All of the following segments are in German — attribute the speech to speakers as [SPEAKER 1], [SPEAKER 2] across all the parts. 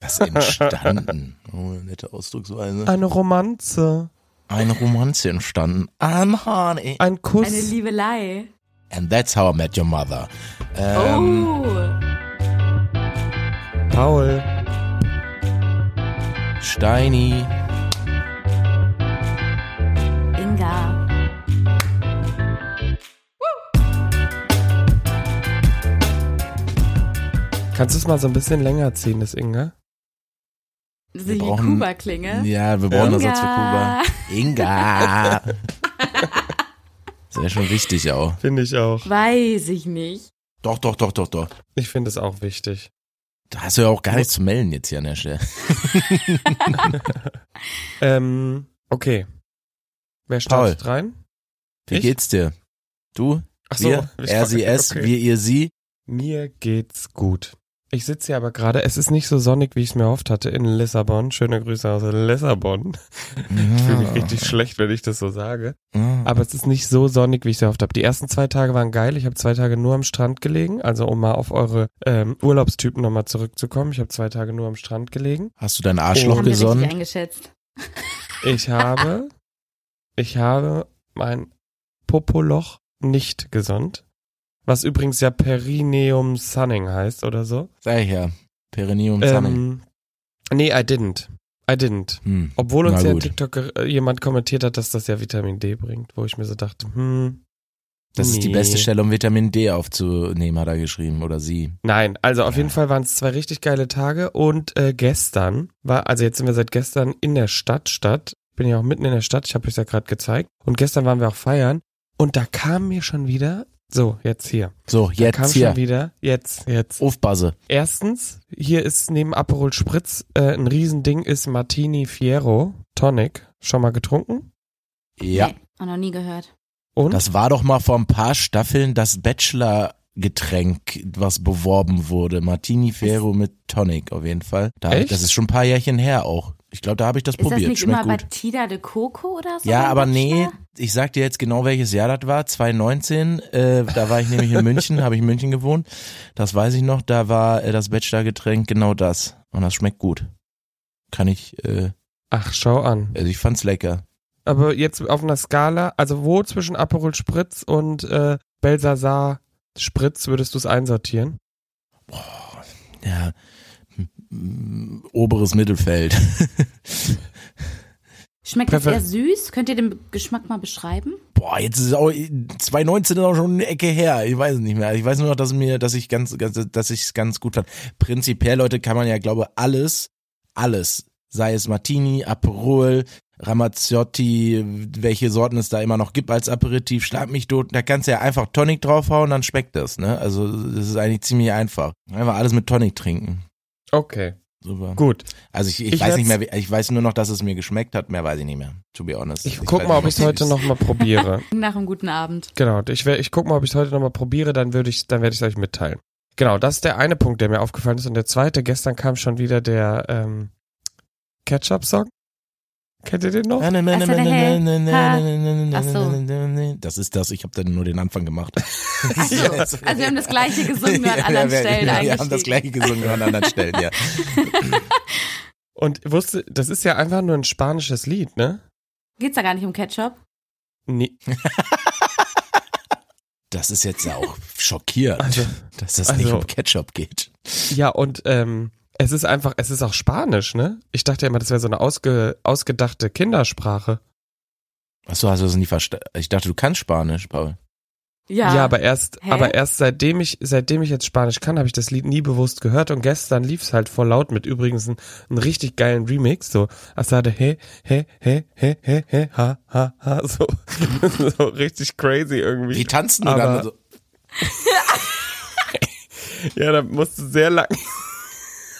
[SPEAKER 1] das entstanden? Oh, nette Ausdrucksweise.
[SPEAKER 2] Eine Romanze.
[SPEAKER 1] Eine Romanze entstanden. I'm honey.
[SPEAKER 2] Ein Kuss.
[SPEAKER 3] Eine Liebelei.
[SPEAKER 1] And that's how I met your mother. Ähm,
[SPEAKER 3] Oh.
[SPEAKER 2] Paul.
[SPEAKER 1] Steini,
[SPEAKER 3] Inga.
[SPEAKER 2] Kannst du es mal so ein bisschen länger ziehen, das Inge?
[SPEAKER 3] Die
[SPEAKER 1] brauchen-
[SPEAKER 3] Kuba-Klinge.
[SPEAKER 1] Ja, wir brauchen einen
[SPEAKER 3] Inga.
[SPEAKER 1] Ersatz für Kuba. Inga. Sehr schon wichtig auch.
[SPEAKER 2] Finde ich auch.
[SPEAKER 3] Weiß ich nicht.
[SPEAKER 1] Doch, doch, doch, doch, doch.
[SPEAKER 2] Ich finde es auch wichtig.
[SPEAKER 1] Da hast du ja auch gar nichts zu melden jetzt hier an der Stelle.
[SPEAKER 2] Ähm, okay. Wer startet
[SPEAKER 1] Paul.
[SPEAKER 2] rein?
[SPEAKER 1] Wie
[SPEAKER 2] Ich?
[SPEAKER 1] geht's dir? Du?
[SPEAKER 2] Ach so,
[SPEAKER 1] Wir?
[SPEAKER 2] ich-
[SPEAKER 1] er, sie, es,
[SPEAKER 2] okay.
[SPEAKER 1] wir, ihr, sie?
[SPEAKER 2] Mir geht's gut. Ich sitze hier aber gerade, es ist nicht so sonnig, wie ich es mir erhofft hatte, in Lissabon. Schöne Grüße aus Lissabon. Ich fühle
[SPEAKER 1] Ah.
[SPEAKER 2] mich richtig schlecht, wenn ich das so sage.
[SPEAKER 1] Mhm.
[SPEAKER 2] Aber es ist nicht so sonnig, wie ich es erhofft habe. Die ersten zwei Tage waren geil. Ich habe zwei Tage nur am Strand gelegen. Also um mal auf eure ähm, Urlaubstypen nochmal zurückzukommen. Ich habe zwei Tage nur am Strand gelegen.
[SPEAKER 1] Hast du deinen Arschloch
[SPEAKER 2] Oh.
[SPEAKER 3] Haben wir richtig
[SPEAKER 1] gesonnen?
[SPEAKER 3] eingeschätzt.
[SPEAKER 2] Ich habe, ich habe mein Popoloch nicht gesonnt. Was übrigens ja Perineum Sunning heißt oder so.
[SPEAKER 1] Sag ich ja. Perineum Sunny.
[SPEAKER 2] Ähm, nee, I didn't. I didn't.
[SPEAKER 1] Hm.
[SPEAKER 2] Obwohl uns
[SPEAKER 1] Na
[SPEAKER 2] ja
[SPEAKER 1] gut.
[SPEAKER 2] TikTok äh, jemand kommentiert hat, dass das ja Vitamin D bringt, wo ich mir so dachte, hm.
[SPEAKER 1] Das ist die
[SPEAKER 2] nee.
[SPEAKER 1] beste Stelle, um Vitamin D aufzunehmen, hat er geschrieben. Oder sie.
[SPEAKER 2] Nein, also auf
[SPEAKER 1] Ja.
[SPEAKER 2] jeden Fall waren es zwei richtig geile Tage und äh, gestern war, also jetzt sind wir seit gestern in der Stadt, Stadt. Ich bin ja auch mitten in der Stadt, ich habe euch ja gerade gezeigt. Und gestern waren wir auch feiern und da kam mir schon wieder, so, jetzt hier.
[SPEAKER 1] So,
[SPEAKER 2] Da kam
[SPEAKER 1] jetzt
[SPEAKER 2] schon
[SPEAKER 1] hier.
[SPEAKER 2] wieder, jetzt, jetzt.
[SPEAKER 1] Aufpasse.
[SPEAKER 2] Erstens, hier ist neben Aperol Spritz äh, ein Riesending ist Martini Fiero Tonic. Schon mal getrunken?
[SPEAKER 1] Ja.
[SPEAKER 3] Nee, auch noch nie gehört.
[SPEAKER 2] Und?
[SPEAKER 1] Das war doch mal vor ein paar Staffeln das Bachelor-Getränk, was beworben wurde. Martini Ferro mit Tonic auf jeden Fall. Da hab ich,
[SPEAKER 2] Echt?
[SPEAKER 1] das ist schon ein paar Jährchen her auch. Ich glaube, da habe ich das
[SPEAKER 3] Ist das
[SPEAKER 1] probiert.
[SPEAKER 3] nicht
[SPEAKER 1] Schmeckt
[SPEAKER 3] immer
[SPEAKER 1] gut.
[SPEAKER 3] Batida de Coco oder so?
[SPEAKER 1] Ja,
[SPEAKER 3] beim
[SPEAKER 1] aber nee,
[SPEAKER 3] Bachelor?
[SPEAKER 1] ich sag dir jetzt genau, welches Jahr das war. 2019, äh, da war ich nämlich in München, habe ich in München gewohnt. Das weiß ich noch, da war äh, das Bachelor-Getränk genau das. Und das schmeckt gut. Kann ich, äh,
[SPEAKER 2] Ach, schau an.
[SPEAKER 1] also ich fand's lecker.
[SPEAKER 2] Aber jetzt auf einer Skala, also wo zwischen Aperol Spritz und äh, Belsasar Spritz würdest du es einsortieren?
[SPEAKER 1] Ja, m- m- oberes Mittelfeld.
[SPEAKER 3] Schmeckt
[SPEAKER 2] Präfer-
[SPEAKER 3] das eher süß? Könnt ihr den Geschmack mal beschreiben?
[SPEAKER 1] Boah, jetzt ist es auch 2019 ist auch schon eine Ecke her. Ich weiß es nicht mehr. Ich weiß nur noch, dass mir, dass ich ganz, ganz dass ich es ganz gut fand. Prinzipiell, Leute, kann man ja, glaube alles, alles, sei es Martini, Aperol, Ramazzotti, welche Sorten es da immer noch gibt als Aperitif, schlag mich tot. Da kannst du ja einfach Tonic draufhauen, dann schmeckt das. Ne? Also das ist eigentlich ziemlich einfach. Einfach alles mit Tonic trinken.
[SPEAKER 2] Okay,
[SPEAKER 1] Super.
[SPEAKER 2] gut.
[SPEAKER 1] Also ich, ich,
[SPEAKER 2] Ich
[SPEAKER 1] weiß nicht
[SPEAKER 2] werd's-
[SPEAKER 1] mehr, wie- ich weiß nur noch, dass es mir geschmeckt hat. Mehr weiß ich nicht mehr. To be honest.
[SPEAKER 2] Ich guck
[SPEAKER 1] weiß nicht
[SPEAKER 2] mal, ob
[SPEAKER 1] mehr,
[SPEAKER 2] ich es heute
[SPEAKER 1] wie's-
[SPEAKER 2] nochmal probiere.
[SPEAKER 3] Nach einem guten Abend.
[SPEAKER 2] Genau, ich, wer- ich guck mal, ob ich es heute nochmal probiere, dann würde ich, dann werde ich es euch mitteilen. Genau, das ist der eine Punkt, der mir aufgefallen ist. Und der zweite, gestern kam schon wieder der ähm, Ketchup-Song. Kennt ihr den noch?
[SPEAKER 1] Das ist das, ich habe dann nur den Anfang gemacht.
[SPEAKER 3] Also, also wir haben das gleiche gesungen, nur an anderen Stellen
[SPEAKER 1] Wir haben das
[SPEAKER 3] eingestiegen.
[SPEAKER 1] gleiche gesungen, nur an anderen Stellen, ja.
[SPEAKER 2] Und wusste, das ist ja einfach nur ein spanisches Lied, ne?
[SPEAKER 3] Geht's da gar nicht um Ketchup?
[SPEAKER 2] Nee,
[SPEAKER 1] Das ist jetzt ja auch schockierend,
[SPEAKER 2] also.
[SPEAKER 1] dass das
[SPEAKER 2] also-
[SPEAKER 1] nicht um Ketchup geht.
[SPEAKER 2] Ja, und ähm, es ist einfach, es ist auch Spanisch, ne? Ich dachte immer, das wäre so eine ausge, ausgedachte Kindersprache.
[SPEAKER 1] Achso, hast du das nie verstanden? Ich dachte, du kannst Spanisch, Paul.
[SPEAKER 3] Ja.
[SPEAKER 2] aber erst,
[SPEAKER 3] Hä?
[SPEAKER 2] aber erst seitdem ich, seitdem ich jetzt Spanisch kann, habe ich das Lied nie bewusst gehört und gestern lief's halt voll laut mit übrigens einen, einen richtig geilen Remix, so Asade he, he, he, he, he, he, ha, ha, ha, so, so richtig crazy irgendwie.
[SPEAKER 1] Wie tanzen du
[SPEAKER 2] Aber-
[SPEAKER 1] dann? Also, so?
[SPEAKER 2] Ja, da musst du sehr lang.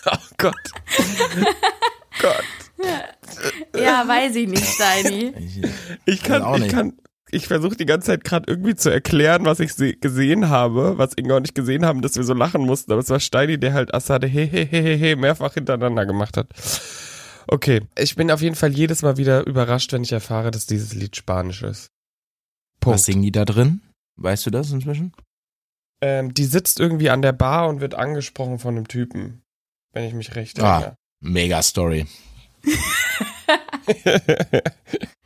[SPEAKER 2] oh Gott. Gott.
[SPEAKER 3] ja, weiß ich nicht, Steini.
[SPEAKER 1] Ich- äh,
[SPEAKER 2] Ich kann,
[SPEAKER 1] Weiß auch
[SPEAKER 2] ich
[SPEAKER 1] nicht.
[SPEAKER 2] kann, ich versuche die ganze Zeit gerade irgendwie zu erklären, was ich se gesehen habe, was Inga und ich gesehen haben, dass wir so lachen mussten. Aber es war Steini, der halt Assade he he he he he mehrfach hintereinander gemacht hat. Okay, ich bin auf jeden Fall jedes Mal wieder überrascht, wenn ich erfahre, dass dieses Lied Spanisch ist.
[SPEAKER 1] Was
[SPEAKER 2] Punkt.
[SPEAKER 1] singen die da drin? Weißt du das inzwischen?
[SPEAKER 2] Ähm, die sitzt irgendwie an der Bar und wird angesprochen von einem Typen, wenn ich mich recht
[SPEAKER 1] Ah.
[SPEAKER 2] erinnere.
[SPEAKER 1] Mega Story.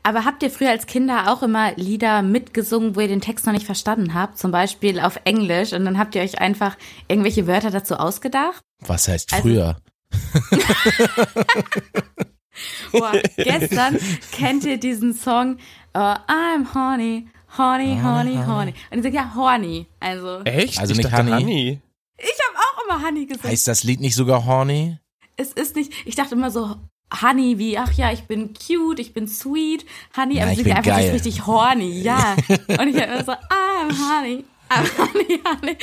[SPEAKER 3] Aber habt ihr früher als Kinder auch immer Lieder mitgesungen, wo ihr den Text noch nicht verstanden habt? Zum Beispiel auf Englisch und dann habt ihr euch einfach irgendwelche Wörter dazu ausgedacht?
[SPEAKER 1] Was heißt früher?
[SPEAKER 3] Boah, gestern kennt ihr diesen Song oh, I'm horny, horny, horny, horny. Und ich sage ja horny. Also,
[SPEAKER 2] Echt?
[SPEAKER 1] Also
[SPEAKER 2] ich
[SPEAKER 1] nicht
[SPEAKER 2] dachte
[SPEAKER 1] Honey.
[SPEAKER 3] ich habe auch immer Honey gesagt.
[SPEAKER 1] Heißt das Lied nicht sogar Horny?
[SPEAKER 3] es ist nicht, ich dachte immer so Honey wie, ach ja, ich bin cute, ich bin sweet, Honey,
[SPEAKER 1] Ja,
[SPEAKER 3] aber
[SPEAKER 1] ich
[SPEAKER 3] sie
[SPEAKER 1] bin
[SPEAKER 3] sind einfach
[SPEAKER 1] geil.
[SPEAKER 3] nicht richtig horny, ja. Und ich habe immer so, I'm Honey. I'm Honey, honey.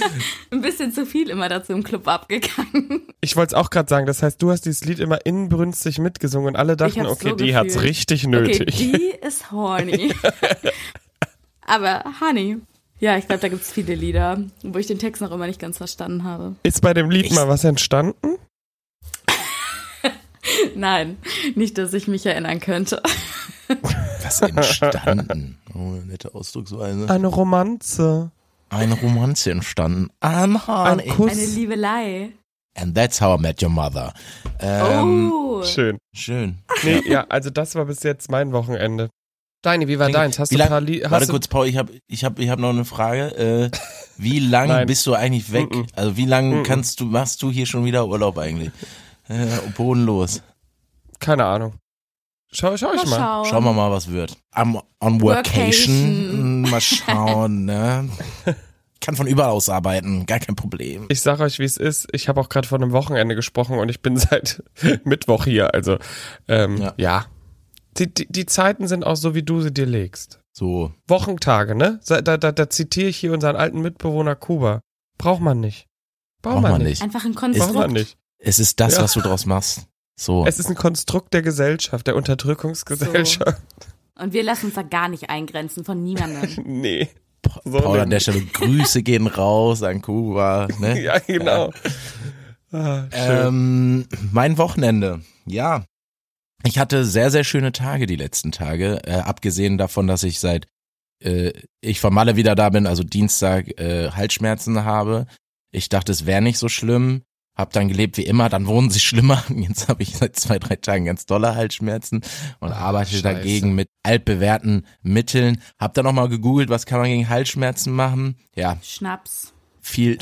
[SPEAKER 3] Ein bisschen zu viel immer dazu im Club abgegangen.
[SPEAKER 2] Ich wollte es auch gerade sagen, das heißt, du hast dieses Lied immer inbrünstig mitgesungen und alle dachten,
[SPEAKER 3] hab's
[SPEAKER 2] okay,
[SPEAKER 3] so
[SPEAKER 2] die hat's
[SPEAKER 3] gefühlt.
[SPEAKER 2] richtig
[SPEAKER 3] Okay,
[SPEAKER 2] nötig.
[SPEAKER 3] die ist horny. Aber Honey. Ja, ich glaube, da gibt's viele Lieder, wo ich den Text noch immer nicht ganz verstanden habe.
[SPEAKER 2] Ist bei dem Lied
[SPEAKER 1] Ich-
[SPEAKER 2] mal was entstanden?
[SPEAKER 3] Nein, nicht, dass ich mich erinnern könnte.
[SPEAKER 1] Was entstanden? Oh, nette Ausdrucksweise.
[SPEAKER 2] Eine Romanze.
[SPEAKER 1] Eine Romanze entstanden. I'm
[SPEAKER 2] Ein
[SPEAKER 1] Horny.
[SPEAKER 2] Kuss.
[SPEAKER 3] Eine Liebelei.
[SPEAKER 1] And that's how I met your mother. Ähm,
[SPEAKER 3] oh.
[SPEAKER 2] Schön.
[SPEAKER 1] Schön.
[SPEAKER 2] Nee, ja, also das war bis jetzt mein Wochenende. Deine, wie war
[SPEAKER 1] Klingt-
[SPEAKER 2] deins? Hast
[SPEAKER 1] wie
[SPEAKER 2] du
[SPEAKER 1] lang-
[SPEAKER 2] ein paar Lieder?
[SPEAKER 1] Warte kurz, Paul, ich habe ich hab, ich hab noch eine Frage. Äh, wie lange
[SPEAKER 2] Nein.
[SPEAKER 1] bist du eigentlich weg?
[SPEAKER 2] Mm-mm.
[SPEAKER 1] Also wie lange
[SPEAKER 2] Mm-mm.
[SPEAKER 1] kannst du, machst du hier schon wieder Urlaub eigentlich? Äh, bodenlos.
[SPEAKER 2] Keine Ahnung. Schau, schau ich mal.
[SPEAKER 3] schauen.
[SPEAKER 1] Schauen wir mal, was wird. Am on Workation.
[SPEAKER 3] Workation.
[SPEAKER 1] Mal schauen, ne? Kann von überall aus arbeiten, gar kein Problem.
[SPEAKER 2] Ich sag euch, wie es ist. Ich habe auch gerade von einem Wochenende gesprochen und ich bin seit Mittwoch hier. Also, ähm,
[SPEAKER 1] Ja.
[SPEAKER 2] ja. Die, die, die Zeiten sind auch so, wie du sie dir legst.
[SPEAKER 1] So.
[SPEAKER 2] Wochentage, ne? Da, da, da, da zitiere ich hier unseren alten Mitbewohner Kuba. Braucht man nicht.
[SPEAKER 1] Braucht man nicht.
[SPEAKER 3] Einfach ein
[SPEAKER 2] Braucht man
[SPEAKER 3] Konstrukt.
[SPEAKER 2] nicht.
[SPEAKER 1] Es ist das,
[SPEAKER 2] Ja.
[SPEAKER 1] was du draus machst. So.
[SPEAKER 2] Es ist ein Konstrukt der Gesellschaft, der Unterdrückungsgesellschaft.
[SPEAKER 3] Und wir lassen uns da gar nicht eingrenzen von niemandem.
[SPEAKER 2] Nee. so
[SPEAKER 1] Paul an
[SPEAKER 2] nicht.
[SPEAKER 1] der Stelle, Grüße gehen raus an Kuba. Ne?
[SPEAKER 2] Ja, genau. Ah, schön.
[SPEAKER 1] Ähm, mein Wochenende. Ja. Ich hatte sehr, sehr schöne Tage die letzten Tage. Äh, abgesehen davon, dass ich seit äh, ich vom Malle wieder da bin, also Dienstag äh, Halsschmerzen habe. Ich dachte, es wäre nicht so schlimm. Hab dann gelebt wie immer, dann wurden sie schlimmer. Und jetzt habe ich seit zwei, drei Tagen ganz dolle Halsschmerzen und
[SPEAKER 2] Ah,
[SPEAKER 1] arbeite
[SPEAKER 2] scheiße.
[SPEAKER 1] dagegen mit altbewährten Mitteln. Hab dann nochmal gegoogelt, was kann man gegen Halsschmerzen machen? Ja,
[SPEAKER 3] Schnaps,
[SPEAKER 1] viel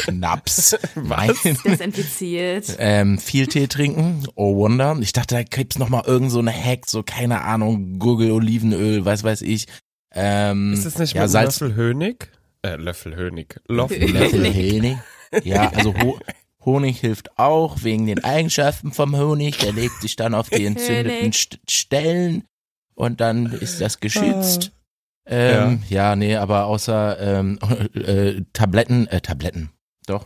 [SPEAKER 1] Schnaps. Nein.
[SPEAKER 3] desinfiziert.
[SPEAKER 1] Ähm, viel Tee trinken, oh wonder. Ich dachte, da gibt's noch mal irgend so eine Hack, so keine Ahnung, Gurgel, Olivenöl, was weiß ich. Ähm,
[SPEAKER 2] ist es nicht
[SPEAKER 1] ja,
[SPEAKER 2] mit
[SPEAKER 1] Salz,
[SPEAKER 2] Löffel Hönig? Äh, Löffel Hönig. Löffel.
[SPEAKER 1] Löffel
[SPEAKER 3] Honig?
[SPEAKER 1] Honig. Ja, also Ho Honig hilft auch wegen den Eigenschaften vom Honig. Der legt sich dann auf die entzündeten
[SPEAKER 3] Honig.
[SPEAKER 1] St Stellen und dann ist das geschützt. Ähm, ja. nee, aber außer ähm, äh, Tabletten, äh, Tabletten, doch.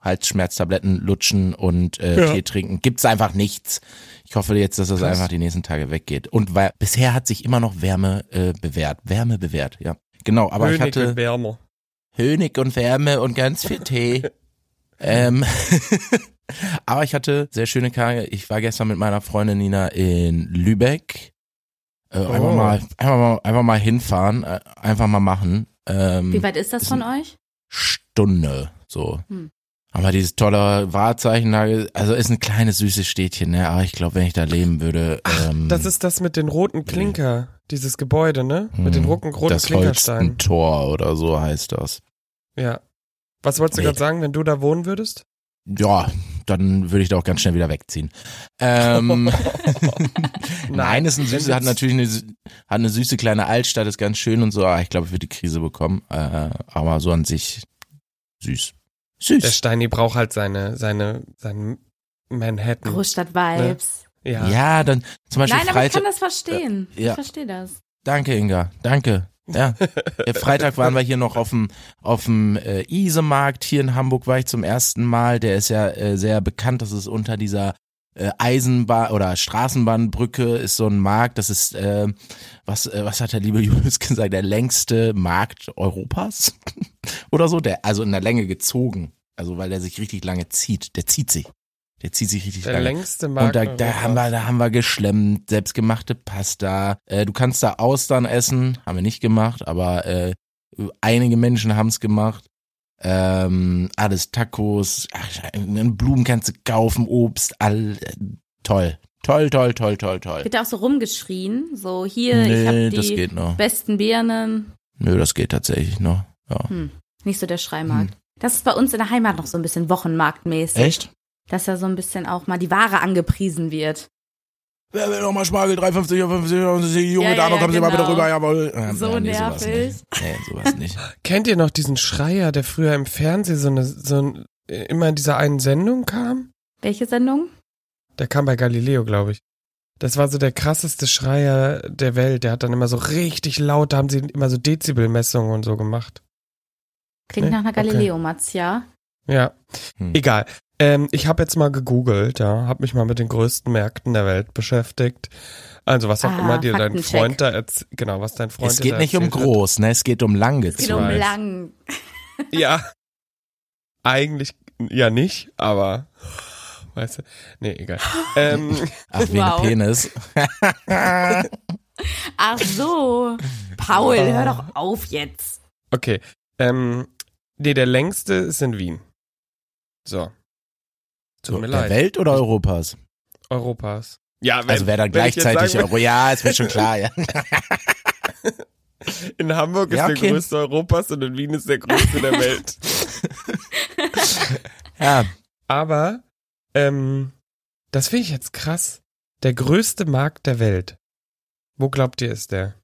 [SPEAKER 1] Halsschmerztabletten lutschen und äh,
[SPEAKER 2] Ja.
[SPEAKER 1] Tee trinken. Gibt's einfach nichts. Ich hoffe jetzt, dass das
[SPEAKER 2] Krass.
[SPEAKER 1] einfach die nächsten Tage weggeht. Und weil bisher hat sich immer noch Wärme äh, bewährt. Wärme bewährt, ja. Genau, aber
[SPEAKER 2] Hönig
[SPEAKER 1] ich hatte
[SPEAKER 2] mit Wärme.
[SPEAKER 1] Honig und Wärme und ganz viel Tee. ähm, aber ich hatte sehr schöne Tage. Ich war gestern mit meiner Freundin Nina in Lübeck. Äh, einfach,
[SPEAKER 2] Oh.
[SPEAKER 1] mal, einfach mal, einfach mal hinfahren, äh, einfach mal machen.
[SPEAKER 3] Wie
[SPEAKER 1] Ähm,
[SPEAKER 3] weit ist das von euch?
[SPEAKER 1] Stunde, so.
[SPEAKER 3] Hm.
[SPEAKER 1] Aber dieses tolle Wahrzeichen, da- also ist ein kleines süßes Städtchen, ne? Aber ich glaube, wenn ich da leben würde, ähm,
[SPEAKER 2] Das ist das mit den roten Klinker, dieses Gebäude, ne? Mit den
[SPEAKER 1] Hm,
[SPEAKER 2] roten, roten
[SPEAKER 1] das
[SPEAKER 2] Klinkersteinen.
[SPEAKER 1] Holstentor oder so heißt das.
[SPEAKER 2] Ja. Was wolltest du
[SPEAKER 1] Nee.
[SPEAKER 2] gerade sagen, wenn du da wohnen würdest?
[SPEAKER 1] ja, dann würde ich da auch ganz schnell wieder wegziehen. Ähm, nein, ist ein
[SPEAKER 2] wenn
[SPEAKER 1] süße, hat
[SPEAKER 2] jetzt-
[SPEAKER 1] natürlich eine, sü- hat eine süße kleine Altstadt, ist ganz schön und so, aber ich glaube, ich würde die Krise bekommen. Äh, aber so an sich süß.
[SPEAKER 2] Der
[SPEAKER 1] Süß.
[SPEAKER 2] Steini braucht halt seine, seine, seinen Manhattan.
[SPEAKER 3] Großstadt-Vibes.
[SPEAKER 2] Ja.
[SPEAKER 1] Ja. dann zum Ne? Beispiel
[SPEAKER 3] Nein, aber ich
[SPEAKER 1] Freitag.
[SPEAKER 3] kann das verstehen.
[SPEAKER 1] Äh, ja.
[SPEAKER 3] Ich verstehe das.
[SPEAKER 1] Danke, Inga. Danke. Ja. Ja, Freitag waren wir hier noch auf dem, auf dem äh, Isemarkt. Hier in Hamburg war ich zum ersten Mal. Der ist ja äh, sehr bekannt. Das ist unter dieser äh, Eisenbahn oder Straßenbahnbrücke ist so ein Markt. Das ist, äh, was, äh, was hat der liebe Julius gesagt? Der längste Markt Europas oder so. Der, also in der Länge gezogen. Also weil der sich richtig lange zieht. Der zieht sich. Der zieht sich richtig
[SPEAKER 2] Der
[SPEAKER 1] lange.
[SPEAKER 2] längste
[SPEAKER 1] Und
[SPEAKER 2] Markt.
[SPEAKER 1] da, da haben wir, da haben wir geschlemmt, selbstgemachte Pasta. Äh, du kannst da Austern essen, haben wir nicht gemacht, aber äh, einige Menschen haben es gemacht. ähm, alles Tacos, ach, Blumen kannst du kaufen, Obst, all, äh, toll. Toll, toll, toll, toll, toll.
[SPEAKER 3] Wird da auch so rumgeschrien, so hier, ich
[SPEAKER 1] Nee,
[SPEAKER 3] habe
[SPEAKER 1] das
[SPEAKER 3] die
[SPEAKER 1] geht noch.
[SPEAKER 3] besten Birnen.
[SPEAKER 1] Nö, das geht tatsächlich noch. Hm. Ja.
[SPEAKER 3] Hm, nicht so der Schreimarkt. Das ist bei uns in der Heimat noch so ein bisschen wochenmarktmäßig,
[SPEAKER 1] Echt?
[SPEAKER 3] dass da so ein bisschen auch mal die Ware angepriesen wird.
[SPEAKER 1] Wer will nochmal Spargel? 3,50 auf 50 Euro, junge
[SPEAKER 3] Ja, ja,
[SPEAKER 1] Dame,
[SPEAKER 3] ja,
[SPEAKER 1] kommen Sie mal bitte
[SPEAKER 3] genau.
[SPEAKER 1] rüber. Jawohl. Ähm,
[SPEAKER 3] So
[SPEAKER 1] ja, nee, sowas
[SPEAKER 3] nervig.
[SPEAKER 1] nicht. Nee, sowas nicht.
[SPEAKER 2] Kennt ihr noch diesen Schreier, der früher im Fernsehen so eine, so ein, immer in dieser einen Sendung kam?
[SPEAKER 3] Welche Sendung?
[SPEAKER 2] Der kam bei Galileo, glaube ich. Das war so der krasseste Schreier der Welt. Der hat dann immer so richtig laut, da haben sie immer so Dezibelmessungen und so gemacht.
[SPEAKER 3] Klingt
[SPEAKER 2] Nee?
[SPEAKER 3] nach einer
[SPEAKER 2] Okay.
[SPEAKER 3] Galileo-Matz, ja.
[SPEAKER 2] Ja,
[SPEAKER 1] Hm.
[SPEAKER 2] egal. Ähm, ich habe jetzt mal gegoogelt, ja, habe mich mal mit den größten Märkten der Welt beschäftigt. Also was auch
[SPEAKER 3] Ah,
[SPEAKER 2] immer dir dein
[SPEAKER 3] Faktencheck.
[SPEAKER 2] Freund da erzählt, genau, was dein Freund
[SPEAKER 1] Es
[SPEAKER 2] dir
[SPEAKER 1] geht
[SPEAKER 2] da
[SPEAKER 1] nicht um
[SPEAKER 2] erzählt hat.
[SPEAKER 1] groß, ne? Es geht um
[SPEAKER 3] Geht
[SPEAKER 2] Ich
[SPEAKER 1] langgezogen.
[SPEAKER 3] um
[SPEAKER 2] weiß.
[SPEAKER 3] lang.
[SPEAKER 2] Ja. Eigentlich ja nicht, aber weißt du, nee, egal. Ähm,
[SPEAKER 1] Ach, wie
[SPEAKER 3] Wow.
[SPEAKER 1] ein Penis.
[SPEAKER 3] Ach so. Paul,
[SPEAKER 2] Ah.
[SPEAKER 3] hör doch auf jetzt.
[SPEAKER 2] okay. Ähm, nee, der längste ist in Wien. So.
[SPEAKER 1] So,
[SPEAKER 2] Tut mir
[SPEAKER 1] der
[SPEAKER 2] leid.
[SPEAKER 1] Welt oder Europas?
[SPEAKER 2] Europas. Ja, wenn,
[SPEAKER 1] Also wer dann
[SPEAKER 2] wenn ich jetzt
[SPEAKER 1] gleichzeitig
[SPEAKER 2] sagen
[SPEAKER 1] Euro. Ja, ist mir schon klar, ja.
[SPEAKER 2] würde, in Hamburg ist
[SPEAKER 1] Ja, okay.
[SPEAKER 2] der größte Europas und in Wien ist der größte der Welt.
[SPEAKER 1] ja.
[SPEAKER 2] Aber ähm, das finde ich jetzt krass. Der größte Markt der Welt. Wo glaubt ihr ist der?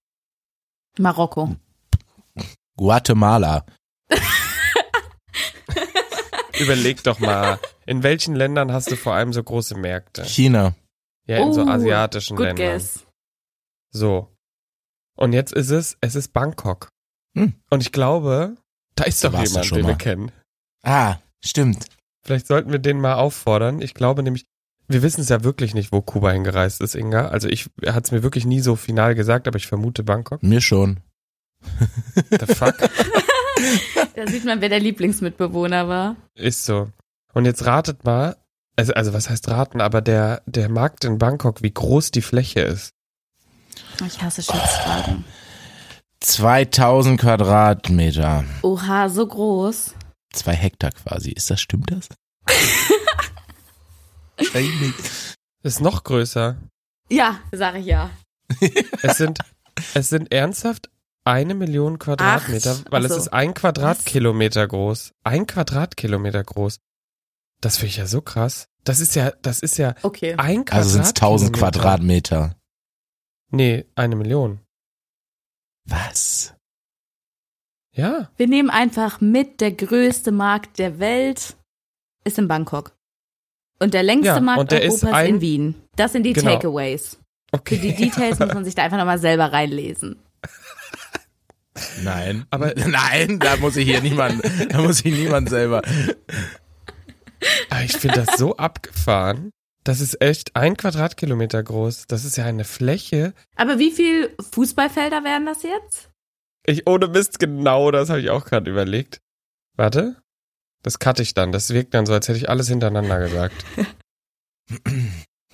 [SPEAKER 3] Marokko.
[SPEAKER 1] Guatemala.
[SPEAKER 2] Überleg doch mal, in welchen Ländern hast du vor allem so große Märkte?
[SPEAKER 1] China.
[SPEAKER 2] Ja, in so
[SPEAKER 3] Oh,
[SPEAKER 2] asiatischen
[SPEAKER 3] Good
[SPEAKER 2] Ländern.
[SPEAKER 3] guess.
[SPEAKER 2] So. Und jetzt ist es, es ist Bangkok.
[SPEAKER 1] Hm.
[SPEAKER 2] Und ich glaube, da ist
[SPEAKER 1] Da
[SPEAKER 2] doch
[SPEAKER 1] warst du
[SPEAKER 2] jemand,
[SPEAKER 1] schon
[SPEAKER 2] den wir
[SPEAKER 1] mal.
[SPEAKER 2] kennen.
[SPEAKER 1] Ah, stimmt.
[SPEAKER 2] Vielleicht sollten wir den mal auffordern. Ich glaube nämlich, wir wissen es ja wirklich nicht, wo Kuba hingereist ist, Inga. Also ich hat es mir wirklich nie so final gesagt, aber ich vermute Bangkok.
[SPEAKER 1] Mir schon.
[SPEAKER 2] The fuck?
[SPEAKER 3] Da sieht man, wer der Lieblingsmitbewohner war.
[SPEAKER 2] Ist so. Und jetzt ratet mal, also, also was heißt raten, aber der, der Markt in Bangkok, wie groß die Fläche ist.
[SPEAKER 3] Ich hasse Schätzfragen.
[SPEAKER 1] 2000 Quadratmeter.
[SPEAKER 3] Oha, so groß.
[SPEAKER 1] Zwei Hektar quasi. Ist das, stimmt das? Wahrscheinlich nicht.
[SPEAKER 2] Ist noch größer.
[SPEAKER 3] Ja, sage ich ja.
[SPEAKER 2] Es sind, es sind ernsthaft eine Million Quadratmeter,
[SPEAKER 3] Acht,
[SPEAKER 2] weil
[SPEAKER 3] ach
[SPEAKER 2] es
[SPEAKER 3] so.
[SPEAKER 2] ist ein Quadratkilometer groß. Ein Quadratkilometer groß. Das finde ich ja so krass. Das ist ja, das ist ja
[SPEAKER 3] Okay.
[SPEAKER 2] ein Quadratkilometer.
[SPEAKER 1] Also sind es 1000 Quadratmeter.
[SPEAKER 2] Nee, eine Million.
[SPEAKER 1] Was?
[SPEAKER 2] Ja.
[SPEAKER 3] Wir nehmen einfach mit, der größte Markt der Welt ist in Bangkok. Und der längste
[SPEAKER 2] Ja,
[SPEAKER 3] Markt
[SPEAKER 2] und der
[SPEAKER 3] Europas
[SPEAKER 2] ist ein-
[SPEAKER 3] in Wien. Das sind die
[SPEAKER 2] Genau.
[SPEAKER 3] Takeaways. Für
[SPEAKER 2] Okay.
[SPEAKER 3] die Details muss man sich da einfach nochmal selber reinlesen.
[SPEAKER 1] Nein.
[SPEAKER 2] Aber-
[SPEAKER 1] nein, da muss ich hier niemand, da muss ich niemand selber.
[SPEAKER 2] Aber ich finde das so abgefahren. Das ist echt ein Quadratkilometer groß. Das ist ja eine Fläche.
[SPEAKER 3] Aber wie viel Fußballfelder wären das jetzt?
[SPEAKER 2] Ich ohne Mist, genau das habe ich auch gerade überlegt. Warte. Das cutte ich dann. Das wirkt dann so, als hätte ich alles hintereinander gesagt.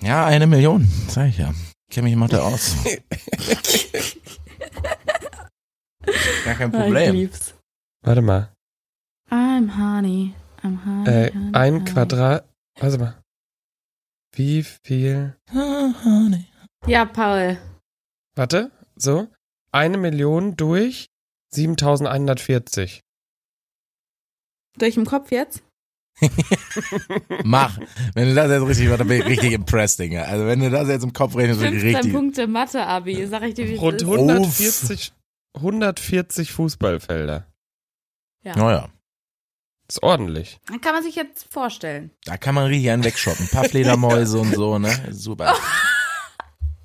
[SPEAKER 1] Ja, eine Million, sag ich ja. Ich kenne mich in Mathe aus. Gar kein
[SPEAKER 3] Ich
[SPEAKER 1] Problem.
[SPEAKER 3] lieb's.
[SPEAKER 2] Warte mal.
[SPEAKER 3] I'm honey. I'm honey.
[SPEAKER 2] Äh,
[SPEAKER 3] honey,
[SPEAKER 2] ein
[SPEAKER 3] honey.
[SPEAKER 2] Quadrat. Warte mal. Wie viel?
[SPEAKER 1] Ah,
[SPEAKER 2] ne.
[SPEAKER 1] honey.
[SPEAKER 3] Ja, Paul.
[SPEAKER 2] Warte. So. Eine Million durch 7140.
[SPEAKER 3] Durch im Kopf jetzt?
[SPEAKER 1] Mach. Wenn du das jetzt richtig machst, dann bin ich richtig impressed, Digga. Also wenn du das jetzt im Kopf rechnest, bin ich
[SPEAKER 3] 15
[SPEAKER 1] Also richtig.
[SPEAKER 3] Punkte Mathe-Abi, sag ich dir, wie
[SPEAKER 2] Rund
[SPEAKER 3] es ist.
[SPEAKER 1] hund-
[SPEAKER 2] 140, 140 Fußballfelder.
[SPEAKER 1] Naja,
[SPEAKER 2] Das ist ordentlich.
[SPEAKER 3] Dann Kann man sich jetzt vorstellen.
[SPEAKER 1] da kann man richtig einen wegshoppen. Ein paar Fledermäuse und so, ne? Super.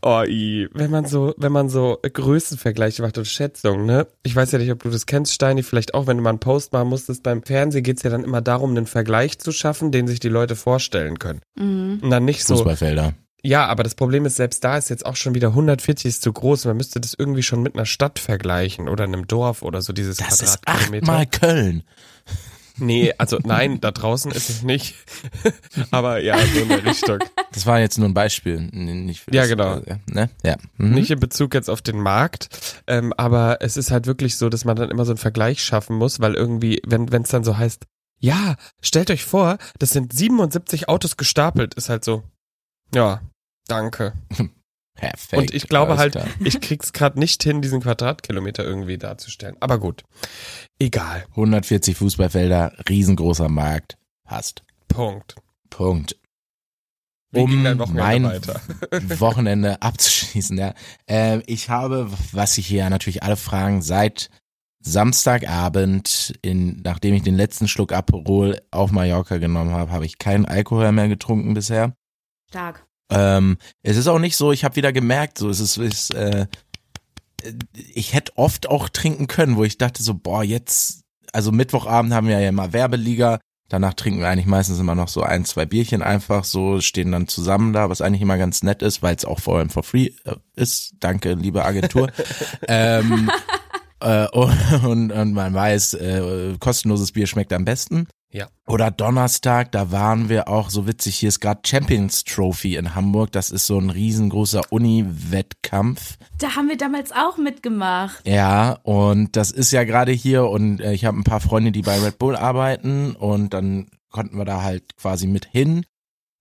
[SPEAKER 2] Oh, i. wenn man so, wenn man so Größenvergleiche macht und Schätzungen, ne? Ich weiß ja nicht, ob du das kennst, Steini, vielleicht auch, wenn du mal einen Post machen musstest beim Fernsehen, geht's ja dann immer darum, einen Vergleich zu schaffen, den sich die Leute vorstellen können.
[SPEAKER 3] Mhm.
[SPEAKER 2] Und dann nicht so,
[SPEAKER 1] Fußballfelder.
[SPEAKER 2] ja, aber das Problem ist, selbst da ist jetzt auch schon wieder 140 ist zu groß, man müsste das irgendwie schon mit einer Stadt vergleichen oder einem Dorf oder so, dieses
[SPEAKER 1] Das ist
[SPEAKER 2] Quadratkilometer.
[SPEAKER 1] achtmal Köln.
[SPEAKER 2] Nee, also nein, da draußen ist es nicht. Aber ja, so in der Richtung.
[SPEAKER 1] Das war jetzt nur ein Beispiel. Nicht für
[SPEAKER 2] Ja,
[SPEAKER 1] das,
[SPEAKER 2] genau.
[SPEAKER 1] äh, ne? ja. Mhm.
[SPEAKER 2] Nicht in Bezug jetzt auf den Markt, ähm, aber es ist halt wirklich so, dass man dann immer so einen Vergleich schaffen muss, weil irgendwie, wenn es dann so heißt, ja, stellt euch vor, das sind 77 Autos gestapelt, ist halt so, ja, danke.
[SPEAKER 1] Perfekt.
[SPEAKER 2] Und ich glaube
[SPEAKER 1] alles
[SPEAKER 2] halt-
[SPEAKER 1] klar.
[SPEAKER 2] Ich krieg's gerade nicht hin, diesen Quadratkilometer irgendwie darzustellen. Aber gut, egal,
[SPEAKER 1] 140 Fußballfelder, riesengroßer Markt. Passt.
[SPEAKER 2] Punkt.
[SPEAKER 1] Punkt.
[SPEAKER 2] Wir
[SPEAKER 1] Um
[SPEAKER 2] gehen dann Wochenende
[SPEAKER 1] mein
[SPEAKER 2] weiter.
[SPEAKER 1] Wochenende abzuschließen. Ja. Ähm, ich habe, was ich hier natürlich alle fragen, seit Samstagabend, in, nachdem ich den letzten Schluck Aperol auf Mallorca genommen habe, habe ich keinen Alkohol mehr getrunken bisher.
[SPEAKER 3] Stark.
[SPEAKER 1] Ähm, es ist auch nicht so, ich habe wieder gemerkt, so es ist, ist äh, ich hätte oft auch trinken können, wo ich dachte so, boah, jetzt, also Mittwochabend haben wir ja immer Werbeliga, danach trinken wir eigentlich meistens immer noch so ein, zwei Bierchen einfach, so stehen dann zusammen da, was eigentlich immer ganz nett ist, weil es auch vor allem for free äh, ist. Danke, liebe Agentur. ähm, äh, und, und man weiß, äh, kostenloses Bier schmeckt am besten.
[SPEAKER 2] Ja.
[SPEAKER 1] Oder Donnerstag, da waren wir auch so witzig, hier ist gerade Champions Trophy in Hamburg. Das ist so ein riesengroßer Uni-Wettkampf.
[SPEAKER 3] Da haben wir damals auch mitgemacht.
[SPEAKER 1] Ja, und das ist ja gerade hier und äh, ich habe ein paar Freunde, die bei Red Bull arbeiten und dann konnten wir da halt quasi mit hin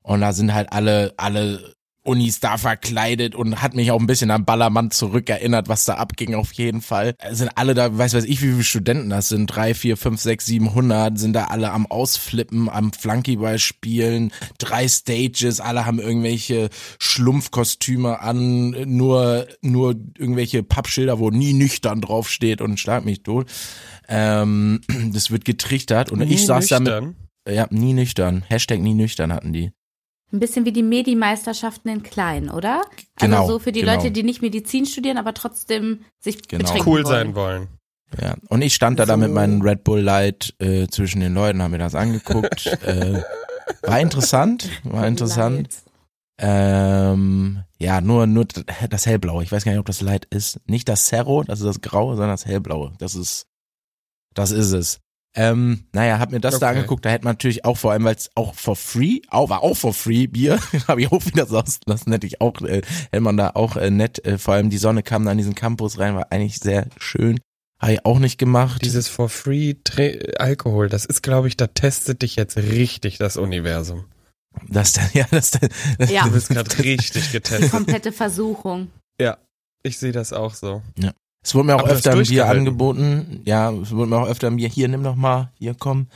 [SPEAKER 1] und da sind halt alle alle Unis da verkleidet und hat mich auch ein bisschen an Ballermann zurückerinnert, was da abging auf jeden Fall. Es Sind alle da, weiß weiß ich, wie viele Studenten das sind, drei, vier, fünf, sechs, siebenhundert, sind da alle am Ausflippen, am Flunkyball spielen, drei Stages, alle haben irgendwelche Schlumpfkostüme an, nur, nur irgendwelche Pappschilder, wo nie nüchtern draufsteht und schlag mich tot. Ähm, das wird getrichtert und ich saß da mit,
[SPEAKER 2] Nüchtern.
[SPEAKER 1] ja, nie nüchtern, Hashtag nie nüchtern hatten die.
[SPEAKER 3] Ein bisschen wie die Medi-Meisterschaften in Klein, oder?
[SPEAKER 1] Genau,
[SPEAKER 3] Also so für die
[SPEAKER 1] genau.
[SPEAKER 3] Leute, die nicht Medizin studieren, aber trotzdem sich
[SPEAKER 1] Genau.
[SPEAKER 3] betrinken
[SPEAKER 2] cool
[SPEAKER 3] wollen.
[SPEAKER 2] sein wollen.
[SPEAKER 1] Ja, und ich stand da, da mit
[SPEAKER 3] So.
[SPEAKER 1] meinem Red Bull Light äh, zwischen den Leuten, habe mir das angeguckt. äh, war interessant, war interessant.
[SPEAKER 3] Lights.
[SPEAKER 1] Ähm, ja, nur, nur das Hellblaue. Ich weiß gar nicht, ob das Light ist. Nicht das Cerro, das ist das Graue, sondern das Hellblaue. Das ist, das ist es. Ähm, naja, hab mir das da
[SPEAKER 2] Okay.
[SPEAKER 1] angeguckt. Da hätte man natürlich auch vor allem, weil es auch for free, auch, war auch for free Bier, habe ich auch wieder ausgelassen, hätte ich auch, äh, hätte man da auch äh, nett, äh, vor allem die Sonne kam da in diesen Campus rein, war eigentlich sehr schön. Habe ich auch nicht gemacht.
[SPEAKER 2] Dieses for free Tra Alkohol, das ist, glaube ich, da testet dich jetzt richtig das Universum.
[SPEAKER 1] das, ja, das, das,
[SPEAKER 3] Ja.
[SPEAKER 2] Du bist gerade richtig getestet.
[SPEAKER 3] Komplette Versuchung.
[SPEAKER 2] Ich sehe das auch so.
[SPEAKER 1] Es wurde mir auch
[SPEAKER 2] Aber das
[SPEAKER 1] öfter ein Bier
[SPEAKER 2] durchgehalten.
[SPEAKER 1] angeboten. Ja, es wurde mir auch öfter ein Bier. Hier, nimm doch mal. Hier, komm.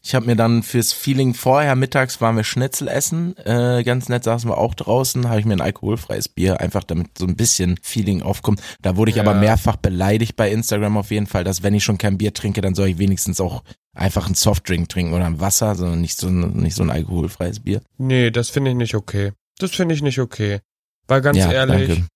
[SPEAKER 1] Ich habe mir dann fürs Feeling vorher, mittags waren wir Schnitzel essen. Äh, ganz nett saßen wir auch draußen. Habe ich mir ein alkoholfreies Bier, einfach damit so ein bisschen Feeling aufkommt. Da wurde ich aber
[SPEAKER 2] Ja.
[SPEAKER 1] mehrfach beleidigt bei Instagram auf jeden Fall, dass wenn ich schon kein Bier trinke, dann soll ich wenigstens auch einfach einen Softdrink trinken oder ein Wasser, sondern nicht so ein, nicht so ein alkoholfreies Bier.
[SPEAKER 2] Nee, das finde ich nicht okay. Das finde ich nicht okay. Weil ganz
[SPEAKER 1] ja,
[SPEAKER 2] ehrlich,
[SPEAKER 1] danke.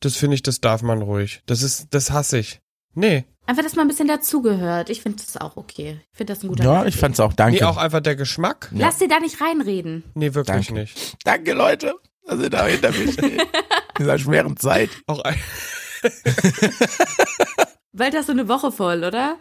[SPEAKER 2] das finde ich, das darf man ruhig. Das ist, das hasse ich. Nee.
[SPEAKER 3] Einfach, dass man ein bisschen dazugehört. Ich finde das auch okay. Ich finde das ein guter
[SPEAKER 1] Ja,
[SPEAKER 3] Weg.
[SPEAKER 1] ich fand's auch danke.
[SPEAKER 2] Nee, auch einfach der Geschmack.
[SPEAKER 1] Ja.
[SPEAKER 3] Lass dir da nicht reinreden.
[SPEAKER 2] Nee, wirklich
[SPEAKER 1] Danke.
[SPEAKER 2] nicht.
[SPEAKER 1] Danke, Leute, dass ihr da hinter mir steht. In dieser schweren Zeit.
[SPEAKER 2] Auch ein
[SPEAKER 3] Weil das so eine Woche voll, oder?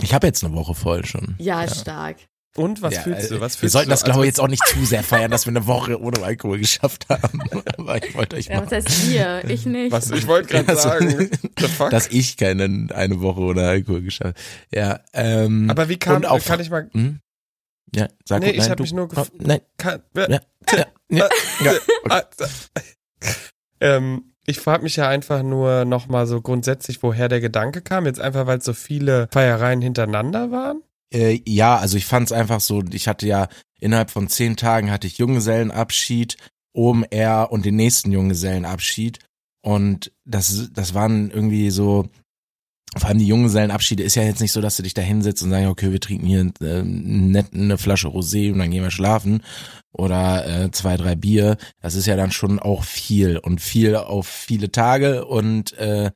[SPEAKER 1] Ich habe jetzt eine Woche voll schon.
[SPEAKER 3] Ja, stark.
[SPEAKER 2] Und was
[SPEAKER 1] Ja,
[SPEAKER 2] fühlst
[SPEAKER 1] äh,
[SPEAKER 2] du? Was fühlst
[SPEAKER 1] wir sollten
[SPEAKER 2] du?
[SPEAKER 1] das, glaube ich,
[SPEAKER 2] Also,
[SPEAKER 1] jetzt auch nicht zu sehr feiern, dass wir eine Woche ohne Alkohol geschafft haben. Aber ich wollte euch
[SPEAKER 3] Ja,
[SPEAKER 1] mal,
[SPEAKER 3] was heißt ihr? Ich nicht.
[SPEAKER 2] Was, ich wollte gerade
[SPEAKER 1] Also,
[SPEAKER 2] sagen. The fuck?
[SPEAKER 1] dass ich keine eine Woche ohne Alkohol geschafft habe. Ja, ähm,
[SPEAKER 2] Aber wie kam,
[SPEAKER 1] und auch-
[SPEAKER 2] kann ich mal,
[SPEAKER 1] hm? ja, sag
[SPEAKER 2] Nee,
[SPEAKER 1] gut,
[SPEAKER 2] ich
[SPEAKER 1] nein,
[SPEAKER 2] hab
[SPEAKER 1] du-
[SPEAKER 2] mich nur
[SPEAKER 1] oh,
[SPEAKER 2] gef-
[SPEAKER 1] Nein,
[SPEAKER 2] kann, äh,
[SPEAKER 1] ja, ja, ja, ja,
[SPEAKER 2] Ah, da- ähm, ich frage mich ja einfach nur nochmal so grundsätzlich, woher der Gedanke kam. Jetzt einfach, weil es so viele Feiereien hintereinander waren.
[SPEAKER 1] Äh, ja, also ich fand's einfach so, ich hatte ja innerhalb von zehn Tagen hatte ich Junggesellenabschied, oben R und den nächsten Junggesellenabschied. Und das, das waren irgendwie so, vor allem die Junggesellenabschiede ist ja jetzt nicht so, dass du dich da hinsetzt und sagst, okay, wir trinken hier äh, nett eine Flasche Rosé und dann gehen wir schlafen oder äh, zwei, drei Bier. Das ist ja dann schon auch viel und viel auf viele Tage und äh,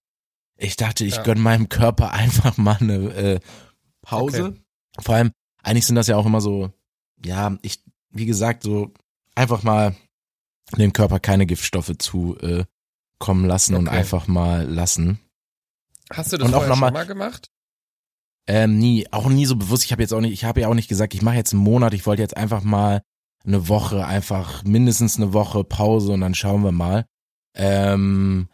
[SPEAKER 1] ich dachte, ich
[SPEAKER 2] Ja.
[SPEAKER 1] gönn meinem Körper einfach mal eine äh, Pause.
[SPEAKER 2] Okay.
[SPEAKER 1] Vor allem, eigentlich sind das ja auch immer so, ja, ich, wie gesagt, so einfach mal dem Körper keine Giftstoffe zu äh, kommen lassen und
[SPEAKER 2] Okay.
[SPEAKER 1] einfach mal lassen.
[SPEAKER 2] Hast du das
[SPEAKER 1] Und auch
[SPEAKER 2] vorher
[SPEAKER 1] noch mal-
[SPEAKER 2] schon mal gemacht?
[SPEAKER 1] Ähm, nie, auch nie so bewusst. Ich habe jetzt auch nicht, ich habe ja auch nicht gesagt, ich mache jetzt einen Monat, ich wollte jetzt einfach mal eine Woche, einfach mindestens eine Woche Pause und dann schauen wir mal. Ähm,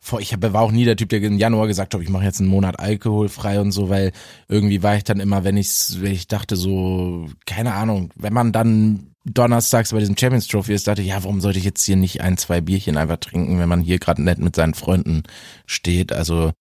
[SPEAKER 1] vor- ich hab- war auch nie der Typ, der im Januar gesagt hat, ich mache jetzt einen Monat alkoholfrei und so, weil irgendwie war ich dann immer, wenn ich, wenn ich dachte so, keine Ahnung, wenn man dann donnerstags bei diesem Champions Trophy ist, dachte ich, ja, warum sollte ich jetzt hier nicht ein, zwei Bierchen einfach trinken, wenn man hier gerade nett mit seinen Freunden steht, also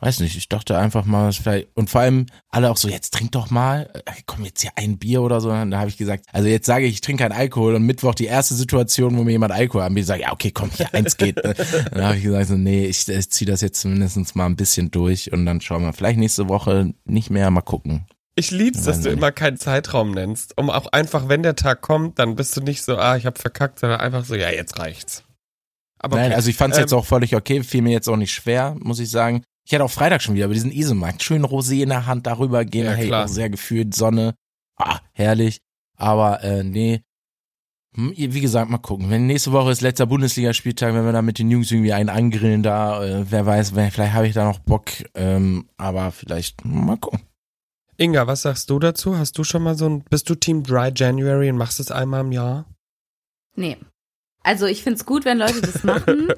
[SPEAKER 1] weiß nicht, ich dachte einfach mal, es vielleicht und vor allem alle auch so, jetzt trink doch mal, äh, komm jetzt hier ein Bier oder so, und da habe ich gesagt, also jetzt sage ich, ich trinke keinen Alkohol und Mittwoch die erste Situation, wo mir jemand Alkohol anbietet, sage ich, ja, okay, komm, hier eins geht. ne? dann habe ich gesagt, so, nee, ich, ich ziehe das jetzt zumindest mal ein bisschen durch und dann schauen wir, vielleicht nächste Woche nicht mehr, mal gucken.
[SPEAKER 2] Ich lieb's, dass
[SPEAKER 1] Nein,
[SPEAKER 2] du
[SPEAKER 1] nein.
[SPEAKER 2] immer keinen Zeitraum nennst. Um auch einfach, wenn der Tag kommt, dann bist du nicht so, ah, ich hab verkackt, sondern einfach so, ja, jetzt reicht's. Aber
[SPEAKER 1] Nein,
[SPEAKER 2] okay.
[SPEAKER 1] also ich fand es jetzt
[SPEAKER 2] Ähm,
[SPEAKER 1] auch völlig okay, fiel mir jetzt auch nicht schwer, muss ich sagen. Ich hatte auch Freitag schon wieder über diesen Isenmarkt. Schön Rosé in der Hand, darüber gehen,
[SPEAKER 2] Ja,
[SPEAKER 1] hey,
[SPEAKER 2] klar.
[SPEAKER 1] auch sehr gefühlt, Sonne. Ah, herrlich. Aber äh, nee, Hm, wie gesagt, mal gucken. Wenn nächste Woche ist letzter Bundesligaspieltag, wenn wir da mit den Jungs irgendwie einen angrillen da, äh, wer weiß, wer- vielleicht habe ich da noch Bock, ähm, aber vielleicht mal gucken.
[SPEAKER 2] Inga, was sagst du dazu? Hast du schon mal so ein, bist du Team Dry January und machst es einmal im Jahr?
[SPEAKER 3] Nee. Also ich find's gut, wenn Leute das machen.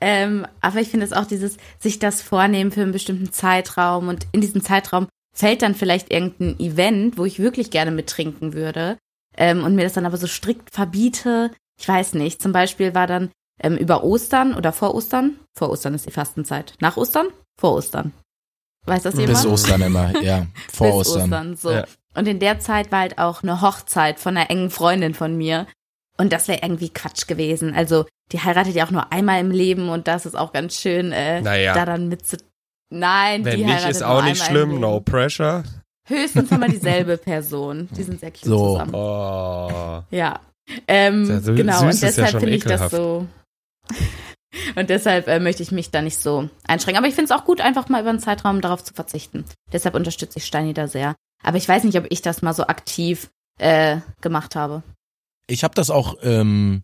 [SPEAKER 3] ähm, aber ich finde es auch dieses, sich das vornehmen für einen bestimmten Zeitraum und in diesen Zeitraum fällt dann vielleicht irgendein Event, wo ich wirklich gerne mittrinken würde ähm, und mir das dann aber so strikt verbiete. Ich weiß nicht. Zum Beispiel war dann ähm, über Ostern oder vor Ostern. Vor Ostern ist die Fastenzeit. Nach Ostern? Vor Ostern. Weiß das jemand?
[SPEAKER 1] Bis Ostern immer, ja. Vor
[SPEAKER 3] Bis
[SPEAKER 1] Ostern.
[SPEAKER 3] so.
[SPEAKER 2] Ja.
[SPEAKER 3] Und in der Zeit war halt auch eine Hochzeit von einer engen Freundin von mir. Und das wäre irgendwie Quatsch gewesen. Also, die heiratet ja auch nur einmal im Leben und das ist auch ganz schön, äh,
[SPEAKER 2] Naja.
[SPEAKER 3] da dann mit zu. Nein,
[SPEAKER 2] Wenn
[SPEAKER 3] die
[SPEAKER 2] nicht,
[SPEAKER 3] heiratet
[SPEAKER 2] ist
[SPEAKER 3] nur
[SPEAKER 2] auch nicht
[SPEAKER 3] einmal im
[SPEAKER 2] schlimm,
[SPEAKER 3] Leben.
[SPEAKER 2] no pressure.
[SPEAKER 3] Höchstens immer dieselbe Person. Die sind sehr cute
[SPEAKER 1] So.
[SPEAKER 3] zusammen.
[SPEAKER 2] Oh.
[SPEAKER 3] Ja. Ähm,
[SPEAKER 2] Sehr sü-
[SPEAKER 3] genau,
[SPEAKER 2] süß
[SPEAKER 3] und
[SPEAKER 2] ist ja
[SPEAKER 3] deshalb
[SPEAKER 2] schon
[SPEAKER 3] finde ich das
[SPEAKER 2] ekelhaft.
[SPEAKER 3] so. und deshalb äh, möchte ich mich da nicht so einschränken. Aber ich finde es auch gut, einfach mal über einen Zeitraum darauf zu verzichten. Deshalb unterstütze ich Steini da sehr. Aber ich weiß nicht, ob ich das mal so aktiv äh, gemacht habe.
[SPEAKER 1] Ich habe das auch ähm,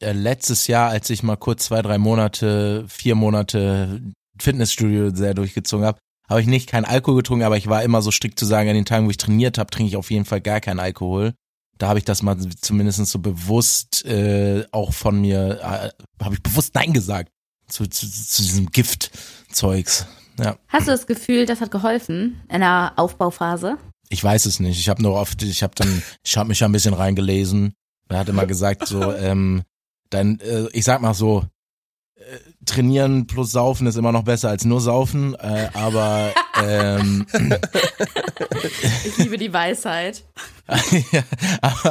[SPEAKER 1] äh, letztes Jahr, als ich mal kurz zwei, drei Monate, vier Monate Fitnessstudio sehr durchgezogen habe, habe ich nicht keinen Alkohol getrunken, aber ich war immer so strikt zu sagen, an den Tagen, wo ich trainiert habe, trinke ich auf jeden Fall gar keinen Alkohol. Da habe ich das mal zumindest so bewusst äh, auch von mir, äh, habe ich bewusst Nein gesagt zu, zu, zu diesem Giftzeugs.
[SPEAKER 3] Hast du das Gefühl, das hat geholfen in der Aufbauphase?
[SPEAKER 1] Ich weiß es nicht. Ich habe nur oft, ich habe dann, ich habe mich ja ein bisschen reingelesen. Er hat immer gesagt so, ähm, dann, äh, ich sag mal so, äh, trainieren plus saufen ist immer noch besser als nur saufen, äh, aber ähm,
[SPEAKER 3] Ich liebe die Weisheit.
[SPEAKER 1] ja,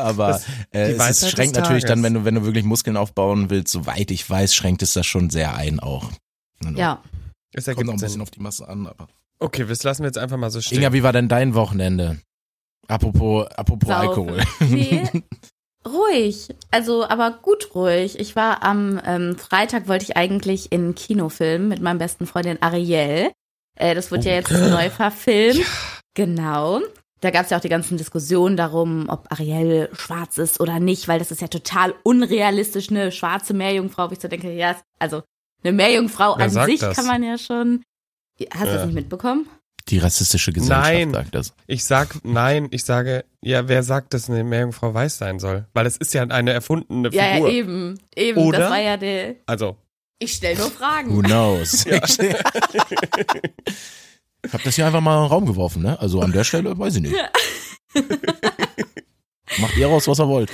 [SPEAKER 1] aber
[SPEAKER 2] Das- die
[SPEAKER 1] äh, es
[SPEAKER 2] Weisheit
[SPEAKER 1] ist, schränkt
[SPEAKER 2] des
[SPEAKER 1] natürlich dann,
[SPEAKER 2] Tages.
[SPEAKER 1] wenn du wenn du wirklich Muskeln aufbauen willst, soweit ich weiß, schränkt es das schon sehr ein auch.
[SPEAKER 3] Ja.
[SPEAKER 2] Es
[SPEAKER 1] kommt noch ein
[SPEAKER 2] ergibt
[SPEAKER 1] bisschen
[SPEAKER 2] Sinn.
[SPEAKER 1] auf die Masse an. Aber.
[SPEAKER 2] Okay, das lassen wir jetzt einfach mal so stehen.
[SPEAKER 1] Inga, wie war denn dein Wochenende? Apropos apropos
[SPEAKER 3] Saufen.
[SPEAKER 1] Alkohol.
[SPEAKER 3] Nee, ruhig. Also, aber gut ruhig. Ich war am ähm, Freitag, wollte ich eigentlich in Kinofilm mit meinem besten Freundin Ariel. Äh, das
[SPEAKER 2] Oh
[SPEAKER 3] wird ja jetzt neu verfilmt. Genau. Da gab es ja auch die ganzen Diskussionen darum, ob Ariel schwarz ist oder nicht, weil das ist ja total unrealistisch, eine schwarze Meerjungfrau. Wo ich so denke, ja, also eine Meerjungfrau
[SPEAKER 2] Wer
[SPEAKER 3] an
[SPEAKER 2] sagt
[SPEAKER 3] sich
[SPEAKER 2] das?
[SPEAKER 3] kann man ja schon. Hast du
[SPEAKER 2] Ja.
[SPEAKER 3] das nicht mitbekommen?
[SPEAKER 1] Die rassistische Gesellschaft
[SPEAKER 2] Nein.
[SPEAKER 1] sagt das.
[SPEAKER 2] Ich sag nein, ich sage, ja, wer sagt, dass eine Meerjungfrau weiß sein soll? Weil es ist ja eine erfundene
[SPEAKER 3] Ja, ja,
[SPEAKER 2] Figur.
[SPEAKER 3] eben. Eben.
[SPEAKER 2] Oder?
[SPEAKER 3] Das war ja der.
[SPEAKER 2] Also,
[SPEAKER 3] Ich stelle nur Fragen.
[SPEAKER 1] Who knows? Ich, ich habe das hier einfach mal in den Raum geworfen, ne? Also an der Stelle weiß ich nicht. Macht ihr raus, was ihr wollt.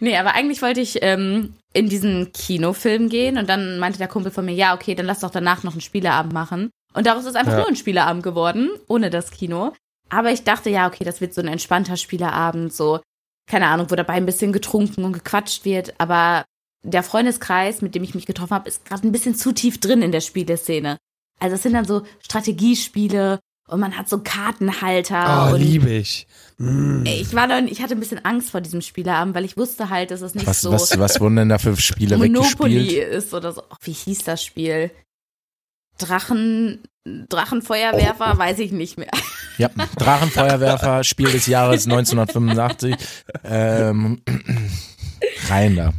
[SPEAKER 3] Nee, aber eigentlich wollte ich ähm, in diesen Kinofilm gehen und dann meinte der Kumpel von mir, ja, okay, dann lass doch danach noch einen Spieleabend machen. Und daraus ist einfach
[SPEAKER 2] Ja.
[SPEAKER 3] nur ein Spieleabend geworden, ohne das Kino. Aber ich dachte, ja, okay, das wird so ein entspannter Spieleabend, so, keine Ahnung, wo dabei ein bisschen getrunken und gequatscht wird. Aber der Freundeskreis, mit dem ich mich getroffen habe, ist gerade ein bisschen zu tief drin in der Spieleszene. Also es sind dann so Strategiespiele und man hat so Kartenhalter
[SPEAKER 2] oh,
[SPEAKER 3] Ah, und
[SPEAKER 2] liebe ich. Mm.
[SPEAKER 3] ich war dann, ich hatte ein bisschen Angst vor diesem Spieleabend, weil ich wusste halt, dass es nicht
[SPEAKER 1] Was,
[SPEAKER 3] so
[SPEAKER 1] was, was wurden denn da für Spiele
[SPEAKER 3] Monopoly
[SPEAKER 1] weggespielt?
[SPEAKER 3] ist oder so. Ach, wie hieß das Spiel? Drachen, Drachenfeuerwerfer,
[SPEAKER 2] Oh.
[SPEAKER 3] weiß ich nicht mehr.
[SPEAKER 1] Ja, Drachenfeuerwerfer, Spiel des Jahres 1985. Ähm, rein da.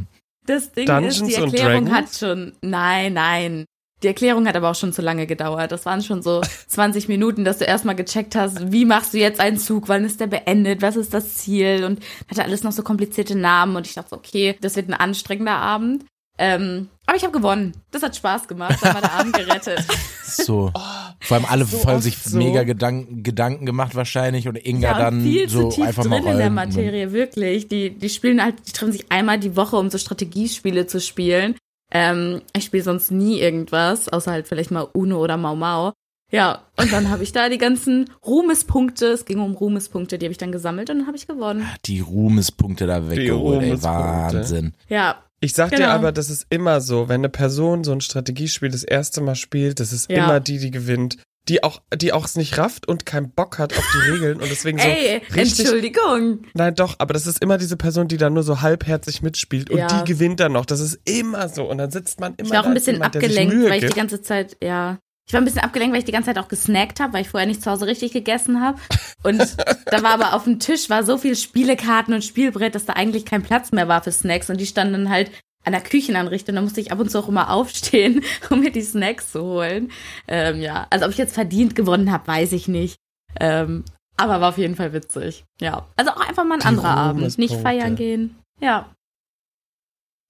[SPEAKER 3] Das Ding
[SPEAKER 2] Dungeons
[SPEAKER 3] ist, die
[SPEAKER 2] and
[SPEAKER 3] Erklärung hat
[SPEAKER 2] Dragons?
[SPEAKER 3] schon. Nein, nein. Die Erklärung hat aber auch schon zu lange gedauert. Das waren schon so 20 Minuten, dass du erstmal gecheckt hast, wie machst du jetzt einen Zug, wann ist der beendet, was ist das Ziel und hatte alles noch so komplizierte Namen und ich dachte, okay, das wird ein anstrengender Abend. Ähm, aber ich habe gewonnen. Das hat Spaß gemacht, dann war der Abend gerettet.
[SPEAKER 1] So. vor allem alle
[SPEAKER 2] so
[SPEAKER 1] vor allem
[SPEAKER 2] oft
[SPEAKER 1] sich
[SPEAKER 2] so.
[SPEAKER 1] mega Gedanken, Gedanken gemacht wahrscheinlich und Inga
[SPEAKER 3] Ja, und
[SPEAKER 1] dann
[SPEAKER 3] viel
[SPEAKER 1] so
[SPEAKER 3] zu tief
[SPEAKER 1] einfach
[SPEAKER 3] drin
[SPEAKER 1] mal
[SPEAKER 3] in der
[SPEAKER 1] rollen.
[SPEAKER 3] Materie, wirklich. Die, die spielen halt, die treffen sich einmal die Woche, um so Strategiespiele zu spielen. Ähm, ich spiele sonst nie irgendwas, außer halt vielleicht mal Uno oder Mau Mau. Ja, und dann habe ich da die ganzen Ruhmespunkte, es ging um Ruhmespunkte, die habe ich dann gesammelt und dann habe ich gewonnen.
[SPEAKER 1] Die Ruhmespunkte da weggeholt, ey,
[SPEAKER 2] Ruhmespunkte.
[SPEAKER 1] Wahnsinn.
[SPEAKER 3] Ja,
[SPEAKER 2] Ich sag dir
[SPEAKER 3] Genau.
[SPEAKER 2] aber, das ist immer so, wenn eine Person so ein Strategiespiel das erste Mal spielt, das ist
[SPEAKER 3] Ja.
[SPEAKER 2] immer die, die gewinnt, die auch die auch es nicht rafft und keinen Bock hat auf die Regeln und deswegen so
[SPEAKER 3] ey,
[SPEAKER 2] richtig
[SPEAKER 3] Entschuldigung.
[SPEAKER 2] Nein, doch, aber das ist immer diese Person, die dann nur so halbherzig mitspielt und
[SPEAKER 3] Ja.
[SPEAKER 2] die gewinnt dann noch. Das ist immer so. Und dann sitzt man immer
[SPEAKER 3] Ich war auch
[SPEAKER 2] da
[SPEAKER 3] ein
[SPEAKER 2] als
[SPEAKER 3] bisschen
[SPEAKER 2] jemand, der sich
[SPEAKER 3] abgelenkt,
[SPEAKER 2] Mühe
[SPEAKER 3] weil ich die
[SPEAKER 2] gibt.
[SPEAKER 3] ganze Zeit, ja. Ich war ein bisschen abgelenkt, weil ich die ganze Zeit auch gesnackt habe, weil ich vorher nicht zu Hause richtig gegessen habe. Und da war aber auf dem Tisch war so viel Spielekarten und Spielbrett, dass da eigentlich kein Platz mehr war für Snacks. Und die standen dann halt an der Küchenanrichtung. Da musste ich ab und zu auch immer aufstehen, um mir die Snacks zu holen. Ähm, ja, also ob ich jetzt verdient gewonnen habe, weiß ich nicht. Ähm, aber war auf jeden Fall witzig. Ja, also auch einfach mal ein
[SPEAKER 2] Die
[SPEAKER 3] anderer Abend. Nicht
[SPEAKER 2] Ruhmespunkte.
[SPEAKER 3] feiern gehen. Ja.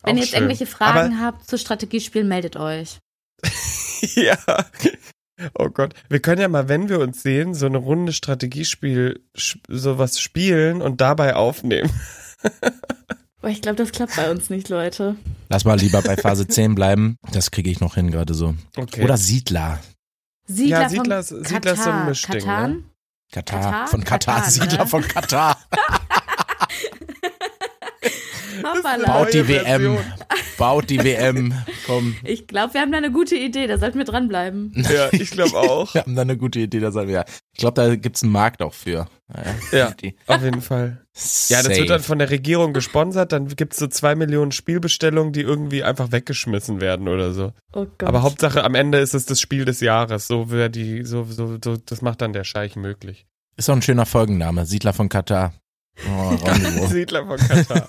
[SPEAKER 3] Wenn
[SPEAKER 2] Auch
[SPEAKER 3] ihr jetzt
[SPEAKER 2] schön.
[SPEAKER 3] irgendwelche Fragen habt zu Strategiespielen, meldet euch.
[SPEAKER 2] ja. Oh Gott. Wir können ja mal, wenn wir uns sehen, so eine Runde Strategiespiel, sch- sowas spielen und dabei aufnehmen.
[SPEAKER 3] Aber ich glaube, das klappt bei uns nicht, Leute.
[SPEAKER 1] Lass mal lieber bei Phase 10 bleiben. Das kriege ich noch hin gerade so.
[SPEAKER 2] Okay.
[SPEAKER 1] Oder Siedler.
[SPEAKER 3] Siedler
[SPEAKER 2] ja, Siedler, ist-
[SPEAKER 3] von
[SPEAKER 2] Siedler ist so ein
[SPEAKER 3] Katar.
[SPEAKER 2] Mischding.
[SPEAKER 3] Katan?
[SPEAKER 2] Ne?
[SPEAKER 1] Katar.
[SPEAKER 3] Katar?
[SPEAKER 1] Von Katar.
[SPEAKER 3] Katar, ne?
[SPEAKER 1] Siedler von Katar.
[SPEAKER 3] Hoppala.
[SPEAKER 1] Baut die
[SPEAKER 2] Neue
[SPEAKER 1] WM.
[SPEAKER 2] Version.
[SPEAKER 1] Baut die WM. Komm.
[SPEAKER 3] Ich glaube, wir haben da eine gute Idee. Da sollten wir dranbleiben.
[SPEAKER 2] Ja, ich glaube auch.
[SPEAKER 1] Wir haben da eine gute Idee, da sagen wir ja. Ich glaube, da gibt's einen Markt auch für.
[SPEAKER 2] Ja, auf jeden Fall. Ja, das wird dann von der Regierung gesponsert, dann gibt's so zwei Millionen Spielbestellungen, die irgendwie einfach weggeschmissen werden oder so.
[SPEAKER 3] Oh Gott.
[SPEAKER 2] Aber Hauptsache am Ende ist es das Spiel des Jahres. So wär die, so, so, so, das macht dann der Scheich möglich.
[SPEAKER 1] Ist doch ein schöner Folgenname. Siedler von Katar. Oh, Rendezvous.
[SPEAKER 2] Siedler von Katar.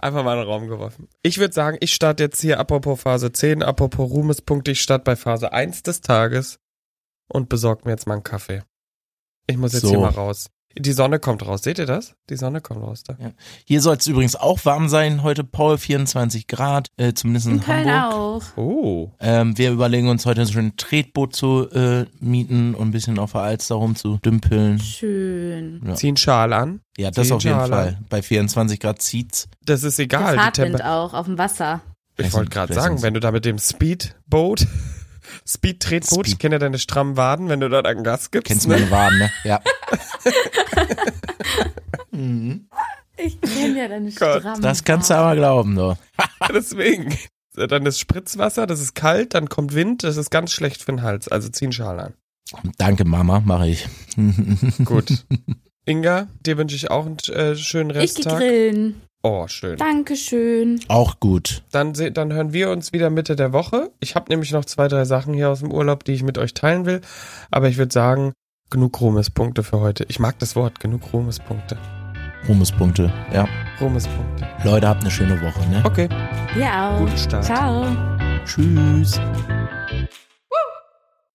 [SPEAKER 2] Einfach mal in den Raum geworfen. Ich würde sagen, ich starte jetzt hier apropos Phase 10, apropos Ruhmespunkte, ich starte bei Phase 1 des Tages und besorge mir jetzt mal einen Kaffee. Ich muss jetzt
[SPEAKER 1] So.
[SPEAKER 2] hier mal raus. Die Sonne kommt raus. Seht ihr das? Die Sonne kommt raus da.
[SPEAKER 1] Hier soll es übrigens auch warm sein heute, Paul, 24 Grad, äh, zumindest in,
[SPEAKER 3] in Köln
[SPEAKER 1] Hamburg.
[SPEAKER 3] auch.
[SPEAKER 2] Oh.
[SPEAKER 1] Ähm, wir überlegen uns heute so ein Tretboot zu äh, mieten und ein bisschen auf der Alster rumzudümpeln.
[SPEAKER 3] Schön.
[SPEAKER 1] Ja.
[SPEAKER 2] Ziehen Schal an.
[SPEAKER 1] Ja, das
[SPEAKER 2] Zehn
[SPEAKER 1] auf jeden
[SPEAKER 2] Jahre
[SPEAKER 1] Fall.
[SPEAKER 2] lang.
[SPEAKER 1] Bei 24 Grad zieht's.
[SPEAKER 2] Das ist egal.
[SPEAKER 3] Der
[SPEAKER 2] Die
[SPEAKER 3] Fahrtwind
[SPEAKER 2] Temper
[SPEAKER 3] auch auf dem Wasser.
[SPEAKER 2] ich wollte gerade sagen, wenn du da mit dem Speedboot, Speed-Tretboot, ich
[SPEAKER 1] Speed-
[SPEAKER 2] kenne ja deine strammen Waden, wenn du da dann Gas gibst.
[SPEAKER 1] Kennst
[SPEAKER 2] ne?
[SPEAKER 1] meine Waden, ne? Ja. Mhm.
[SPEAKER 3] Ich kenne ja deine
[SPEAKER 2] Gott,
[SPEAKER 3] Stramm.
[SPEAKER 1] das kannst du aber glauben, du.
[SPEAKER 2] Deswegen. Dann ist Spritzwasser, das ist kalt, dann kommt Wind, das ist ganz schlecht für den Hals. Also ziehen Schal an.
[SPEAKER 1] Danke, Mama, mache ich.
[SPEAKER 2] Gut. Inga, dir wünsche ich auch einen äh, schönen
[SPEAKER 3] Ich geh
[SPEAKER 2] Resttag.
[SPEAKER 3] grillen.
[SPEAKER 2] Oh, schön.
[SPEAKER 3] Dankeschön.
[SPEAKER 1] Auch gut.
[SPEAKER 2] Dann, se- dann hören wir uns wieder Mitte der Woche. Ich habe nämlich noch zwei, drei Sachen hier aus dem Urlaub, die ich mit euch teilen will. Aber ich würde sagen, genug Ruhmespunkte für heute. Ich mag das Wort, genug Ruhmespunkte.
[SPEAKER 1] Ruhmespunkte. Ja.
[SPEAKER 2] Ruhmespunkte.
[SPEAKER 1] Leute, habt eine schöne Woche, ne?
[SPEAKER 2] Okay,
[SPEAKER 3] Ihr auch.
[SPEAKER 2] guten Start.
[SPEAKER 3] Ciao.
[SPEAKER 1] Tschüss.